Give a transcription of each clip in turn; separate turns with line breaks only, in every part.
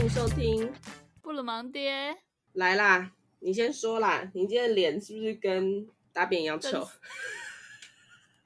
迎收听。
布鲁芒爹，
来啦，你先说啦，你今天的脸是不是跟大便一样
跟
臭？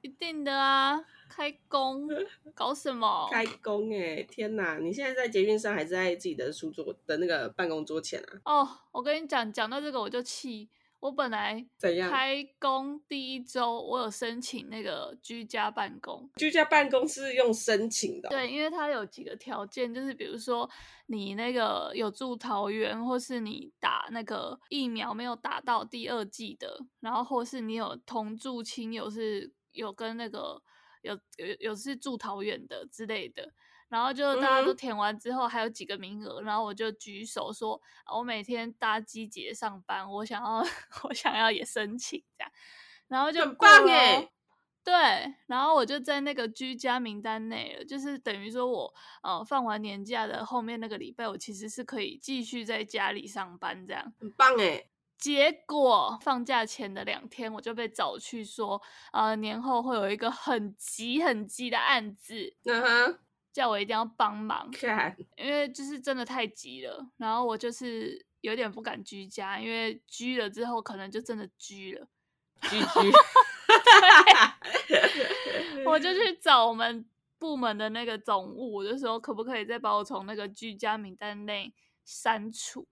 一定的啊！开工搞什么？
开工哎、天哪！你现在在捷运上，还是在自己的书桌的那个办公桌前啊？
哦，我跟你讲，讲到这个我就气。我本来
怎样？
开工第一周，我有申请那个居家办公，
居家办公是用申请的哦、
对，因为它有几个条件，就是比如说你那个有住桃园，或是你打那个疫苗没有打到第二剂的，然后或是你有同住亲友是有跟那个有有有是住桃园的之类的。然后就大家
嗯
都
哼
填完之后，还有几个名额，然后我就举手说，啊我每天搭机节上班，我想要 我想要也申请这样，然后就
很
过
棒
了
欸
哦对，然后我就在那个居家名单内了，就是等于说我呃放完年假的后面那个礼拜，我其实是可以继续在家里上班这样。
很棒哎、
结果放假前的两天，我就被找去说，呃，年后会有一个很急很急的案子，
嗯哼，
叫我一定要帮忙，
看，
因为就是真的太急了。然后我就是有点不敢居家，因为居了之后可能就真的居了。
居居。
我就去找我们部门的那个总务，我就说可不可以再把我从那个居家名单内删除，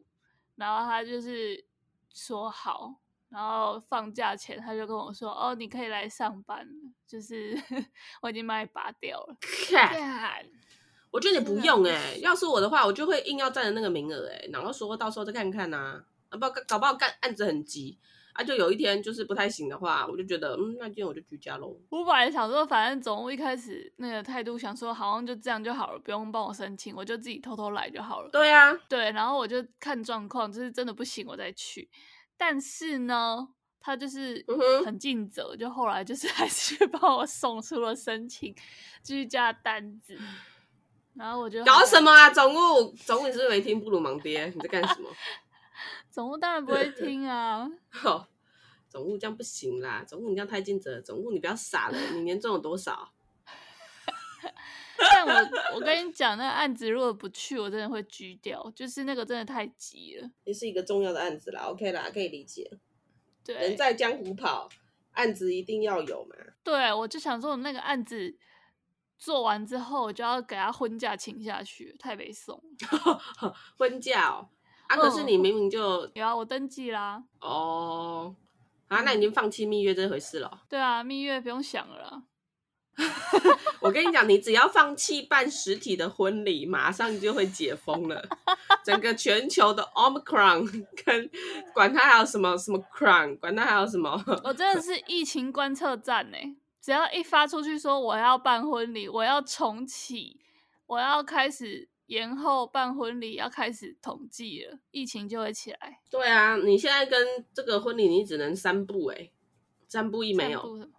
然后他就是说好，然后放假前他就跟我说哦，你可以来上班了，就是 我已经把你拔掉了。
看，我觉得你不用哎、
真的
要是我的话，我就会硬要占着那个名额哎、然后说到时候再看看呐、啊，不搞不好干案子很急啊，就有一天就是不太行的话，我就觉得嗯，那今天我就居家喽。
我本来想说，反正总务一开始那个态度想说，好像就这样就好了，不用帮我申请，我就自己偷偷来就好了。
对啊，
对，然后我就看状况，就是真的不行我再去。但是呢，他就是
嗯哼
很尽责，就后来就是还是去帮我送出了申请居家单子，然后我就
搞
还
什么啊，总务总务，你是不是没听布鲁盲爹？你在干什么？
总务当然不会听啊，
哦，总务这样不行啦，总务你这样太尽责了，总务你不要傻了，你年终有多少？
但我我跟你讲，那个案子如果不去，我真的会拘掉，就是那个真的太急了。
也是一个重要的案子啦，OK 啦，可以理解。人
对，
在江湖跑，案子一定要有嘛。
对我就想说，我那个案子做完之后，我就要给他婚假请下去，太悲送了。
婚假哦，啊，
嗯
可是你明明就
有啊，我登记啦。
哦，啊，那你已经放弃蜜月这回事了哦。
对啊，蜜月不用想了啦。
我跟你讲，你只要放弃办实体的婚礼，马上就会解封了。整个全球的 Omicron 跟管它还有什么什么 Crown，管它还有什么，
我真的是疫情观测站呢、只要一发出去说我要办婚礼，我要重启，我要开始延后办婚礼，要开始统计了，疫情就会起来。
对啊，你现在跟这个婚礼你只能三步哎、三步一没
散
有，
步什么？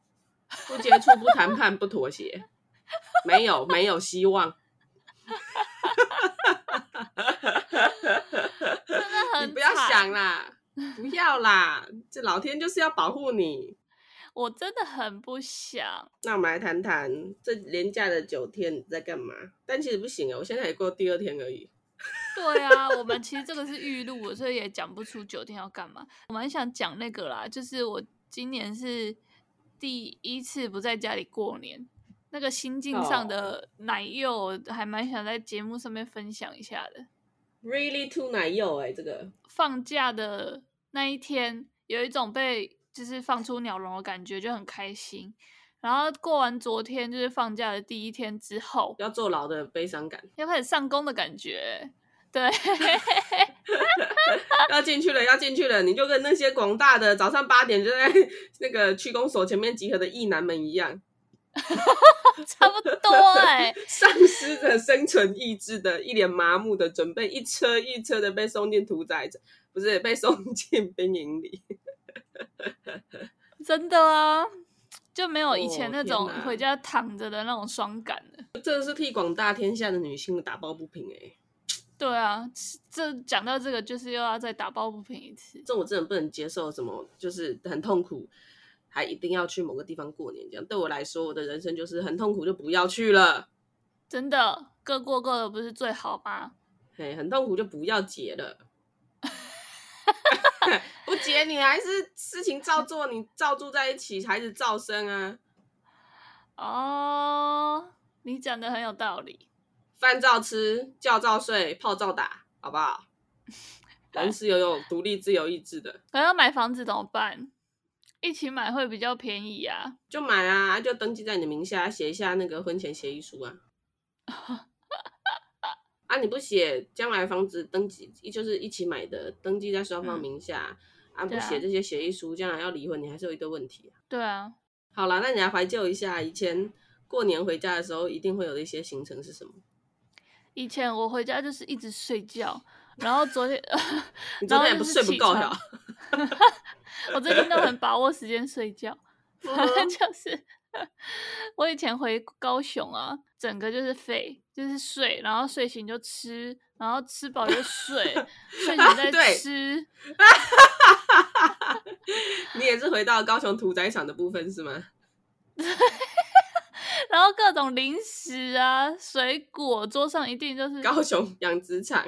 不接触、不谈判、不妥协，没有没有希望。
真的很
你不要
惨
想啦，不要啦，这老天就是要保护你。
我真的很不想。
那我们来谈谈这连假的九天你在干嘛？但其实不行啊，我现在也过第二天而已。
对啊，我们其实这个是预录的，所以也讲不出九天要干嘛。我蛮想讲那个啦，就是我今年是第一次不在家里过年，那个心境上的奶柚，我还蛮想在节目上面分享一下的。
Really too 奶油哎、这个
放假的那一天，有一种被就是放出鸟笼的感觉，就很开心。然后过完昨天就是放假的第一天之后，
要坐牢的悲伤感，
要开始上工的感觉。对，
要进去了，要进去了，你就跟那些广大的早上八点就在 那个区公所前面集合的异男们一样，
差不多哎、
丧失着生存意志的，一脸麻木的，准备一车一车的被送进屠宰，不是被送进兵营里。
真的啊，就没有以前
哦
那
天
种
哪
回家躺着的那种爽感了。
真的是替广大天下的女性打抱不平哎、
对啊，这讲到这个，就是又要再打抱不平一次。
这我真的不能接受，什么就是很痛苦，还一定要去某个地方过年这样。对我来说，我的人生就是很痛苦就不要去了。
真的，各过各的不是最好吗？
嘿，很痛苦就不要结了。 不结你还是事情照做，你照住在一起，孩子照生啊，
哦，你讲的很有道理。
饭照吃，觉照睡，炮照打，好不 好？人是有有独立自由意志的，
可要买房子怎么办？一起买会比较便宜啊。
就买啊，就登记在你的名下，写一下那个婚前协议书啊。啊，你不写，将来房子登记就是一起买的，登记在双方
嗯
名下、啊，不
对啊
写这些协议书，将来要离婚，你还是有一堆问题啊。
对啊，
好啦，那你来怀旧一下，以前过年回家的时候，一定会有的一些行程是什么？
以前我回家就是一直睡觉，然后昨天
你昨
然后
天也
就
不
是
睡不
起
够哦
床
呀？
我最近都很把握时间睡觉， 反正就是我以前回高雄啊，整个就是废，就是睡，然后睡醒就吃，然后吃饱就 睡，睡醒再
啊对
吃。
你也是回到高雄屠宰场的部分是吗？
然后各种零食啊、水果，桌上一定就是
高雄养殖场，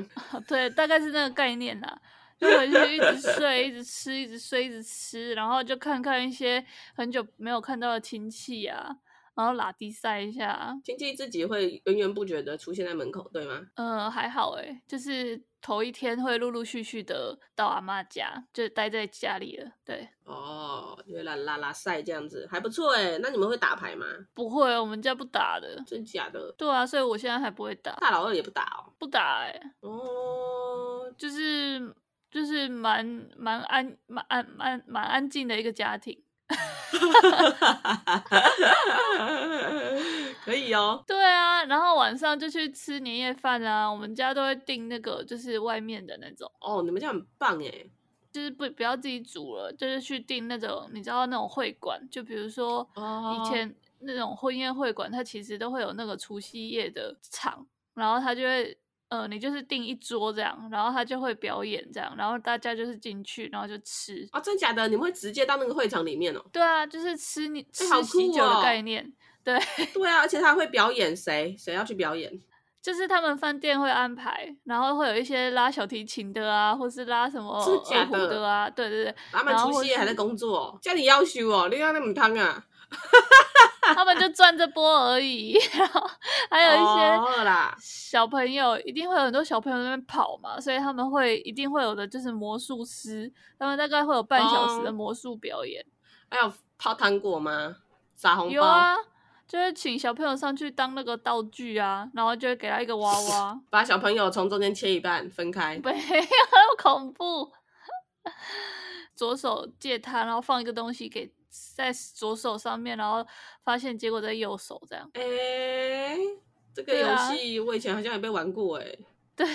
对，大概是那个概念啦。就回去一直睡，一直吃，一直睡，一直吃，然后就看看一些很久没有看到的亲戚啊，然后拉低赛一下。
亲戚自己会源源不绝的出现在门口，对吗？
嗯，还好诶，就是头一天会陆陆续续的到阿妈家，就待在家里了。对，
哦，就会拉拉拉赛这样子，还不错哎。那你们会打牌吗？
不会，我们家不打的。
真假的？
对啊，所以我现在还不会打，
大老二也不打
不打诶，
哦。 哦，
就是就是蛮蛮安蛮安蛮蛮安静的一个家庭。
可以哦。
对啊，然后晚上就去吃年夜饭啊。我们家都会订那个，就是外面的那种，
哦，你们这样很棒哎。
就是不不要自己煮了，就是去订那种，你知道那种会馆，就比如说
哦
以前那种婚宴会馆，它其实都会有那个除夕夜的场，然后它就会。呃，你就是订一桌这样，然后他就会表演这样，然后大家就是进去，然后就吃。
哦，真假的？你们会直接到那个会场里面哦？
对啊，就是吃你吃
哎好
喜
酷
酒的
哦
概念。对，
对啊，而且他会表演谁？谁要去表演？
就是他们饭店会安排，然后会有一些拉小提琴的啊，或是拉什么
真的
二
假
胡
的
的啊，对对对，
他们
然后
除
或
夕夜还
是
在工作、哦，家里要求哦，你让他们汤啊，
他们就赚这波而已。 然后 还有一些
哦啦，
小朋友，一定会有很多小朋友在那边跑嘛，所以他们会一定会有的就是魔术师，他们大概会有半小时的
哦
魔术表演。
还有泡糖果吗？撒红包？
有啊，就是请小朋友上去当那个道具啊，然后就会给他一个娃娃。
把小朋友从中间切一半分开，
没有 恐怖。左手借他，然后放一个东西给在左手上面，然后发现结果在右手这样。
哎、这个
对
游
啊
戏我以前好像也被玩过、哎
对，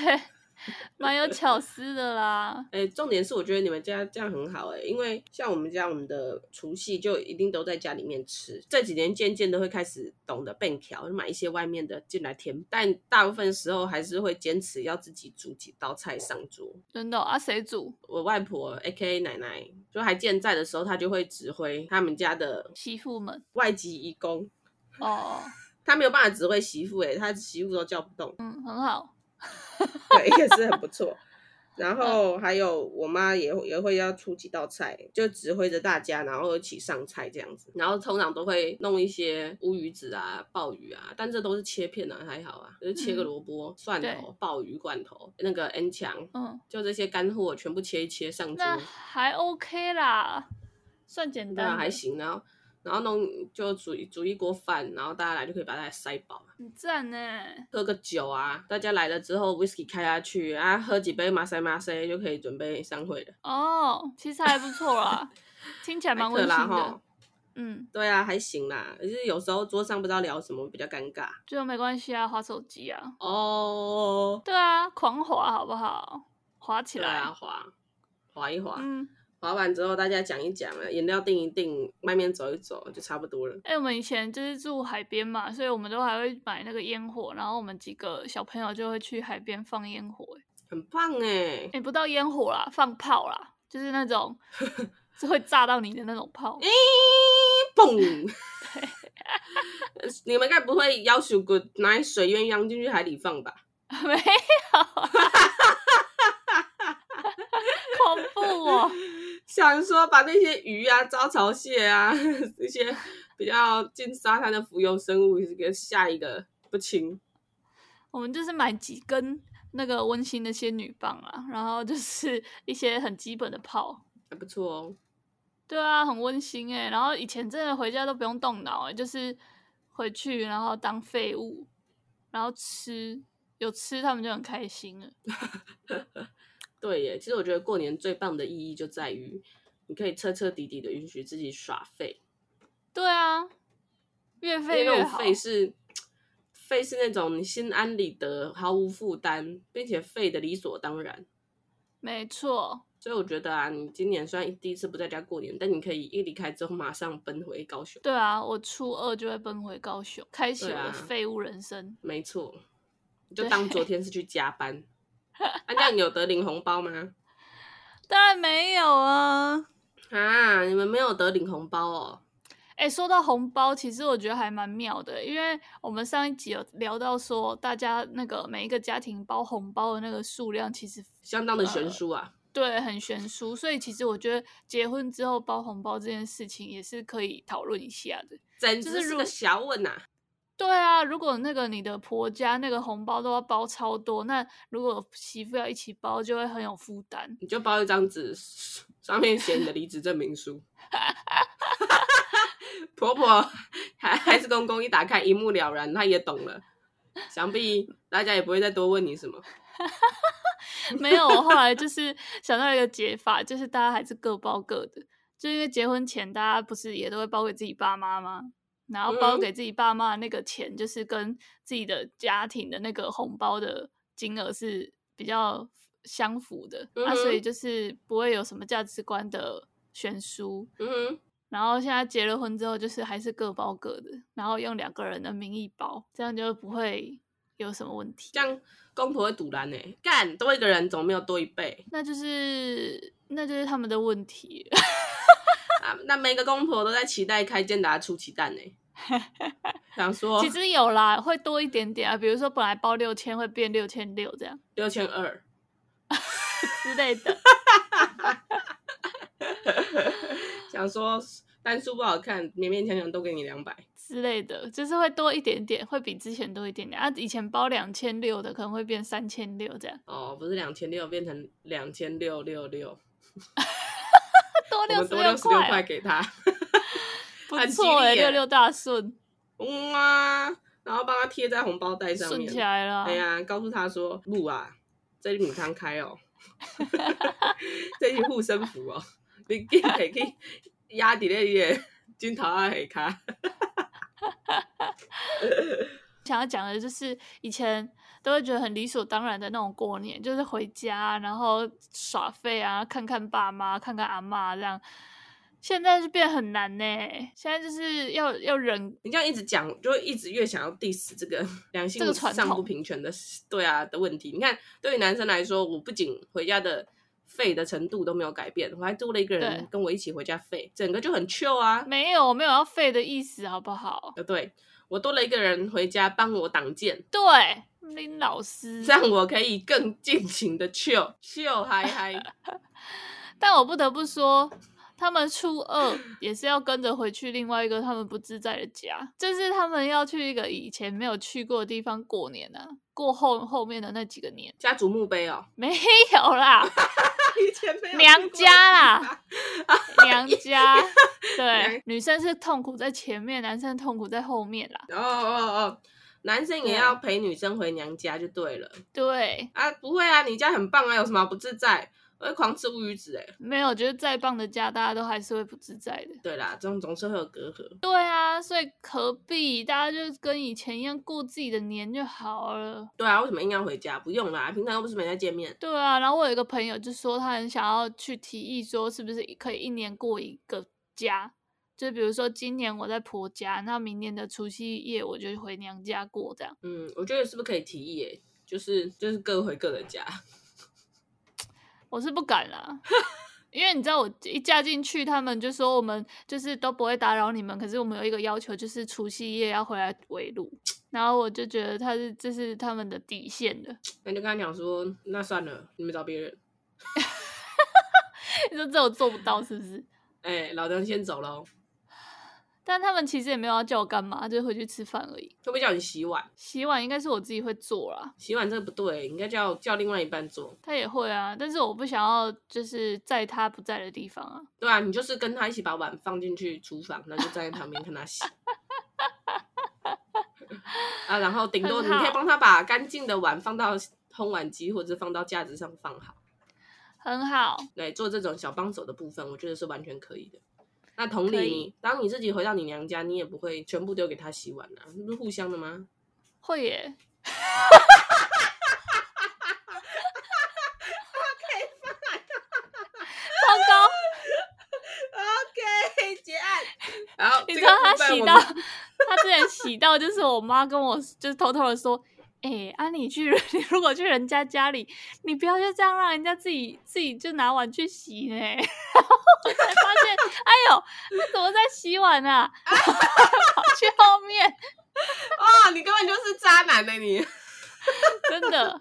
蛮有巧思的啦。
哎、重点是我觉得你们家这样很好、哎，因为像我们家我们的除夕就一定都在家里面吃，这几年渐渐的会开始懂得变调，就买一些外面的进来填，但大部分时候还是会坚持要自己煮几道菜上桌。
真的哦、啊，谁煮？
我外婆 A K A 奶奶就还健在的时候，她就会指挥他们家的
媳妇们
外籍义工，
哦，
她没有办法指挥媳妇诶、她媳妇都叫不动，
嗯，很好。
对，也是很不错。然后还有我妈也会也会要出几道菜，就指挥着大家，然后一起上菜这样子。然后通常都会弄一些乌鱼子啊、鲍鱼啊，但这都是切片啊，还好啊，就是切个
嗯
萝卜、蒜
对
头、鲍鱼罐头、那个 N 强，
嗯，
就这些干货全部切一切上桌。
那还 OK 啦，算简
对啊，
单，
还。行。然后然后弄就煮一煮一锅饭，然后大家来就可以把它塞饱，啊
很赞呢。
喝个酒啊，大家来了之后 whisky 开下去啊，喝几杯马塞马塞就可以准备散会了，
哦，其实还不错 啦，听起来蛮
还
温
可啦
馨
哈
的。。嗯，
对啊，还行啦，可是有时候桌上不知道聊什么比较尴尬
就没关系啊，划手机啊。
哦。
对啊，狂滑好不好？滑起
对
来。
啊，滑滑一滑，
嗯，
滑完之后大家讲一讲啊，饮料订一订，外面走一走就差不多了。
哎、我们以前就是住海边嘛，所以我们都还会买那个烟火，然后我们几个小朋友就会去海边放烟火、欸。
很棒哎、
哎、不到烟火啦，放炮啦，就是那 种是会炸到你的那种炮。
诶，嘣！ 你们该不会要求 good 拿水鸳鸯进去海里放吧？
没有 啊，恐怖哦！
想说把那些鱼啊、招潮蟹啊 那些比较近沙滩的浮游生物给下一个不清。
我们就是买几根那个温馨的仙女棒啊，然后就是一些很基本的炮。
还不错哦，
对啊，很温馨哎。然后以前真的回家都不用动脑哎，就是回去然后当废物，然后吃有吃他们就很开心了。
对耶。其实我觉得过年最棒的意义就在于，你可以彻彻底底的允许自己耍废，
对啊，越
因为
废
那
越
种
好。
废是废是那种你心安理得、毫无负担，并且废的理所当然。
没错，
所以我觉得啊，你今年虽然第一次不在家过年，但你可以一离开之后马上奔回高雄。
对啊，我初二就会奔回高雄，开启我
对啊
的废物人生。
没错，你就
对
当昨天是去加班。啊，这样有得领红包吗？
当然没有啊。
啊，你们没有得领红包哦。
哎、说到红包，其实我觉得还蛮妙的，因为我们上一集有聊到说，大家那个每一个家庭包红包的那个数量，其实
相当的
呃
悬殊啊。
对很悬殊，所以其实我觉得结婚之后包红包这件事情也是可以讨论一下的。
简
就
直
是
是
如
个小问呐、
对啊，如果那个你的婆家那个红包都要包超多，那如果媳妇要一起包，就会很有负担。
你就包一张纸，上面写你的离职证明书。 婆婆还还是公公一打开一目了然，他也懂了，想必大家也不会再多问你什么。
没有，我后来就是想到一个解法，就是大家还是各包各的，就因为结婚前大家不是也都会包给自己爸妈吗？然后包
嗯
给自己爸妈的那个钱，就是跟自己的家庭的那个红包的金额是比较相符的，那、所以
嗯哼
就是不会有什么价值观的悬殊。
嗯哼，
然后现在结了婚之后，就是还是各包各的，然后用两个人的名义包，这样就不会有什么问题。
这样公婆会堵拦呢、欸干多一个人总没有多一倍
那就是那就是他们的问题。
啊！那每个公婆都在期待开健达出奇蛋 呢、想 说
其实有啦，会多一点点啊，比如说本来包六千会变六千六这样
六千二，
之类的。
想说单数不好看，勉勉强强都给你两百。
之类的，就是会多一点点，会比之前多一点点啊。以前包两千六的，可能会变三千六这样，
哦，不是两千六变成两千六六六，
多
我
六
们
十
多六十六
块
块
啊，
给他，
不
很
错
吉利
哎、
耶
六六大顺，
嗯啊，然后帮他贴在红包袋上
顺
面
起。来了啊。
哎呀，告诉他说，路啊，这里米汤开 哦， 这里护身符哦，你给以去压底那个金头啊黑卡。
想要讲的就是以前都会觉得很理所当然的那种过年，就是回家啊然后耍废啊，看看爸妈，看看阿妈这样。现在就变很难呢、现在就是要要忍，
你这样一直讲，就会一直越想要 diss 这个两性
这个传
上不
统
平权的，对啊的问题。你看，对于男生来说，我不仅回家的废的程度都没有改变，我还多了一个人
对
跟我一起回家废，整个就很 chill 啊。
没有没有要废的意思，好不好？
呃，对我多了一个人回家帮我挡箭，
对，林老师
这样我可以更尽情的 chill chill 嗨嗨。
但我不得不说，他们初二也是要跟着回去另外一个他们不自在的家，就是他们要去一个以前没有去过的地方过年啊，过后后面的那几个年
家族墓碑哦，
没有啦，
以前没有
娘
去过的
家啦
地方，
娘家 对，女生是痛苦在前面，男生痛苦在后面啦，
哦哦哦，男生也
对
要陪女生回娘家就对了。
对，
啊，不会啊，你家很棒啊，有什么好不自在？我会狂吃乌鱼子哎、
没有，就是再棒的家，大家都还是会不自在的。
对啦，这种总是会有隔阂。
对啊，所以何必大家就跟以前一样过自己的年就好了。
对啊，为什么硬要回家？不用啦，平常又不是没在见面。
对啊，然后我有一个朋友就说他很想要去提议说，是不是可以一年过一个家？就比如说今年我在婆家，那明年的除夕夜我就回娘家过这样。
嗯，我觉得是不是可以提议、欸？就是就是各回各的家。
我是不敢啦，因为你知道我一嫁进去，他们就说我们就是都不会打扰你们，可是我们有一个要求，就是除夕夜要回来围炉。然后我就觉得他是这是他们的底线 的。
那你就跟他讲说，那算了，你们找别人。
你说这我做不到是不是？
哎、老娘先走喽。
但他们其实也没有要叫我干嘛，就是回去吃饭而已。
会不会叫你洗碗？
洗碗应该是我自己会做啦，
洗碗这个不对，应该叫叫另外一半做。
他也会啊，但是我不想要就是在他不在的地方啊。
对啊，你就是跟他一起把碗放进去厨房，然后就站在旁边看他洗。啊，然后顶多你
很好
可以帮他把干净的碗放到烘碗机或者放到架子上放好。
很好，
对，做这种小帮手的部分，我觉得是完全可以的。那同理
可以
你，当你自己回到你娘家，你也不会全部丢给他洗碗啊，那不是互相的吗？
会耶。糟糕，
OK，结 案。然后
你
哦这
知
个
道他
部分
洗
我
到，
们
他之前洗到，就是我妈跟我就是偷偷的说，哎、啊你去，你如果去人 家家里，你不要就这样让人家自己自己就拿碗去洗呢。 然后我才发现，哎呦，他怎么在洗碗啊？ 跑去后面，
哦，你根本就是渣男呢、你。
真的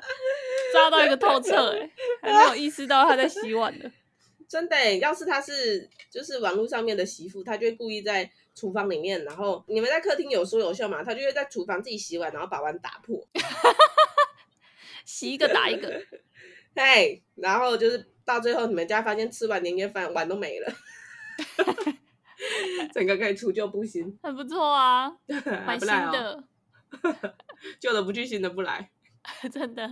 抓到一个透彻、欸，哎，还没有意识到他在洗碗呢。
真的欸，要是他是就是网络上面的媳妇，他就会故意在厨房里面，然后你们在客厅有说有笑嘛，他就会在厨房自己洗碗，然后把碗打破，
洗一个打一个，
嘿，然后就是到最后你们家发现吃完年夜饭碗都没 了，整个可以除旧布新，
很不错啊，
还
蛮
不
新
赖哦，
的，
旧的不去，新的不来。
真的。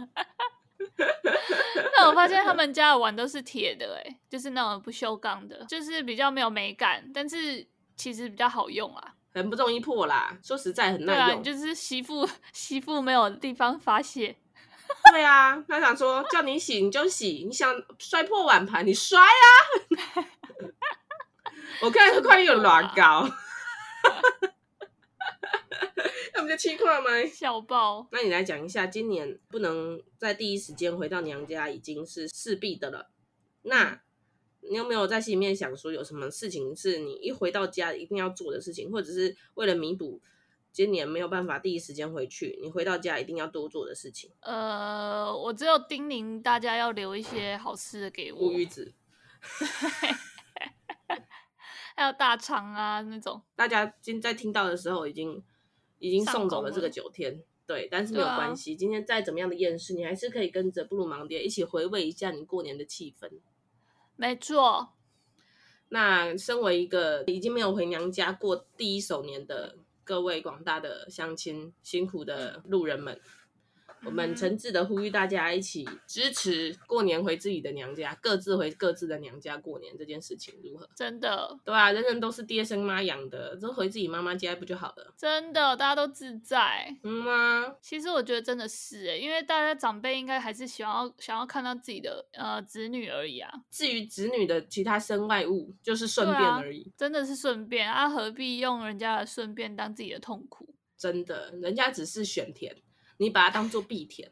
但我发现他们家的碗都是铁的、欸，就是那种不锈钢的，就是比较没有美感，但是其实比较好用啊。
很不容易破啦，说实在很
对啊，
耐用。
你就是媳妇 媳妇没有地方发泄，
对啊，他想说叫你洗你就洗，你想摔破碗盘你摔啊！ 我看快点有软膏，那不就气块吗？
笑爆。
那你来讲一下，今年不能在第一时间回到娘家，已经是势必的了。那你有没有在心里面想说，有什么事情是你一回到家一定要做的事情，或者是为了弥补今年没有办法第一时间回去，你回到家一定要多做的事情？
呃，我只有叮咛大家要留一些好吃的给
乌
我，
鱼子。
还有大肠啊那种。
大家今在听到的时候已经已经送走了这个九天，对，但是没有
对啊
关系，今天再怎么样的厌世，你还是可以跟着布鲁盲爹一起回味一下你过年的气氛。
没错，
那身为一个已经没有回娘家过第一首年的各位广大的乡亲，辛苦的路人们，我们诚挚的呼吁大家一起支持过年回自己的娘家，各自回各自的娘家过年这件事情如何？
真的
对啊，人人都是爹生妈养的，都回自己妈妈家不就好了？
真的，大家都自在。
嗯吗、
其实我觉得真的是、欸，因为大家长辈应该还是想要想要看到自己的呃子女而已啊，
至于子女的其他身外物，就是顺便
啊
而已。
真的是顺便啊，何必用人家的顺便当自己的痛苦？
真的，人家只是选填，你把它当做必填。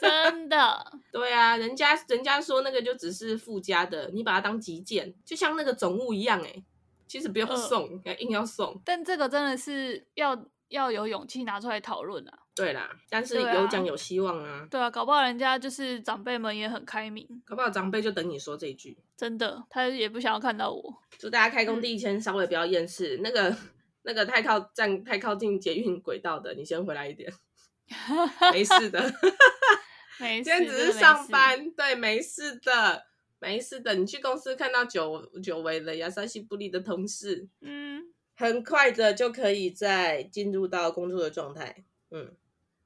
真的，
对啊，人家人家说那个就只是附加的，你把它当急件，就像那个总务一样、欸。其实不用
嗯
送，还硬要送。
但这个真的是要要有勇气拿出来讨论啊。
对啦，但是
对啊
有奖有希望啊，
对啊，搞不好人家就是长辈们也很开明，
搞不好长辈就等你说这一句。
真的，他也不想要看到我。
祝大家开
嗯
工第一天稍微不要厌世，那个那个太靠站太靠近捷运轨道的，你先回来一 点，没事的。
没事，
今天只
真的
是
没
上
事，
班，对，没事的，没事的。你去公司看到久久违了亚山西布利的同事，
嗯，
很快的就可以再进入到工作的状态，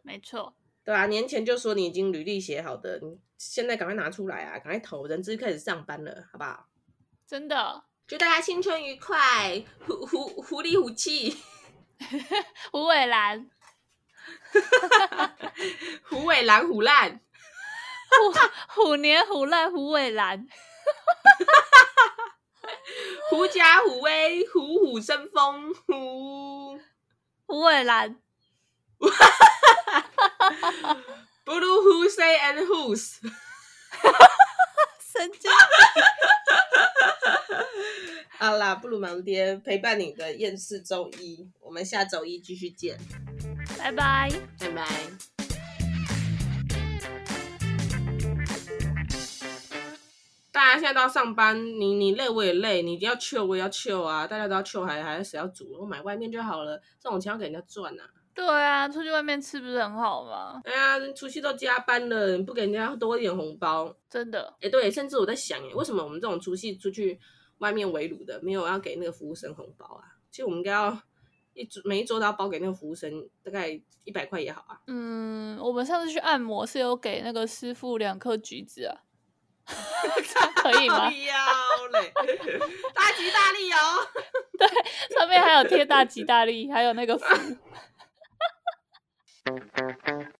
没错，
对吧、年前就说你已经履历写好的，你现在赶快拿出来啊，赶快投，人资开始上班了，好不好？
真的，
祝大家新春愉快，虎虎狐狸虎气，
胡伟兰，
虎尾狼虎烂，
虎虎年虎烂胡伟兰，
狐假虎威，虎虎生风，虎
胡伟兰，
不如虎 say and who's。
神经
好啦，布鲁芒爹陪伴你的厌世周一，我们下周一继续见。
拜拜。
拜拜。大家现在都要上班，你你累我也累，你要 chill 我也要 chill 啊，大家都要 chill 还还谁要煮？我买外面就好了，这种钱要给人家赚啊。
对啊，出去外面吃不是很好吗？
哎呀，除夕都加班了，你不给人家多一点红包？
真的，
哎，对，甚至我在想，哎，为什么我们这种除夕出去外面围炉的，没有要给那个服务生红包啊？其实我们应该要一桌每一桌都要包给那个服务生，大概一百块也好啊。
嗯，我们上次去按摩是有给那个师傅两颗橘子啊， 这样可以吗
不？要 嘞，大吉大利哦！
上面还有贴大吉大利，还有那个福。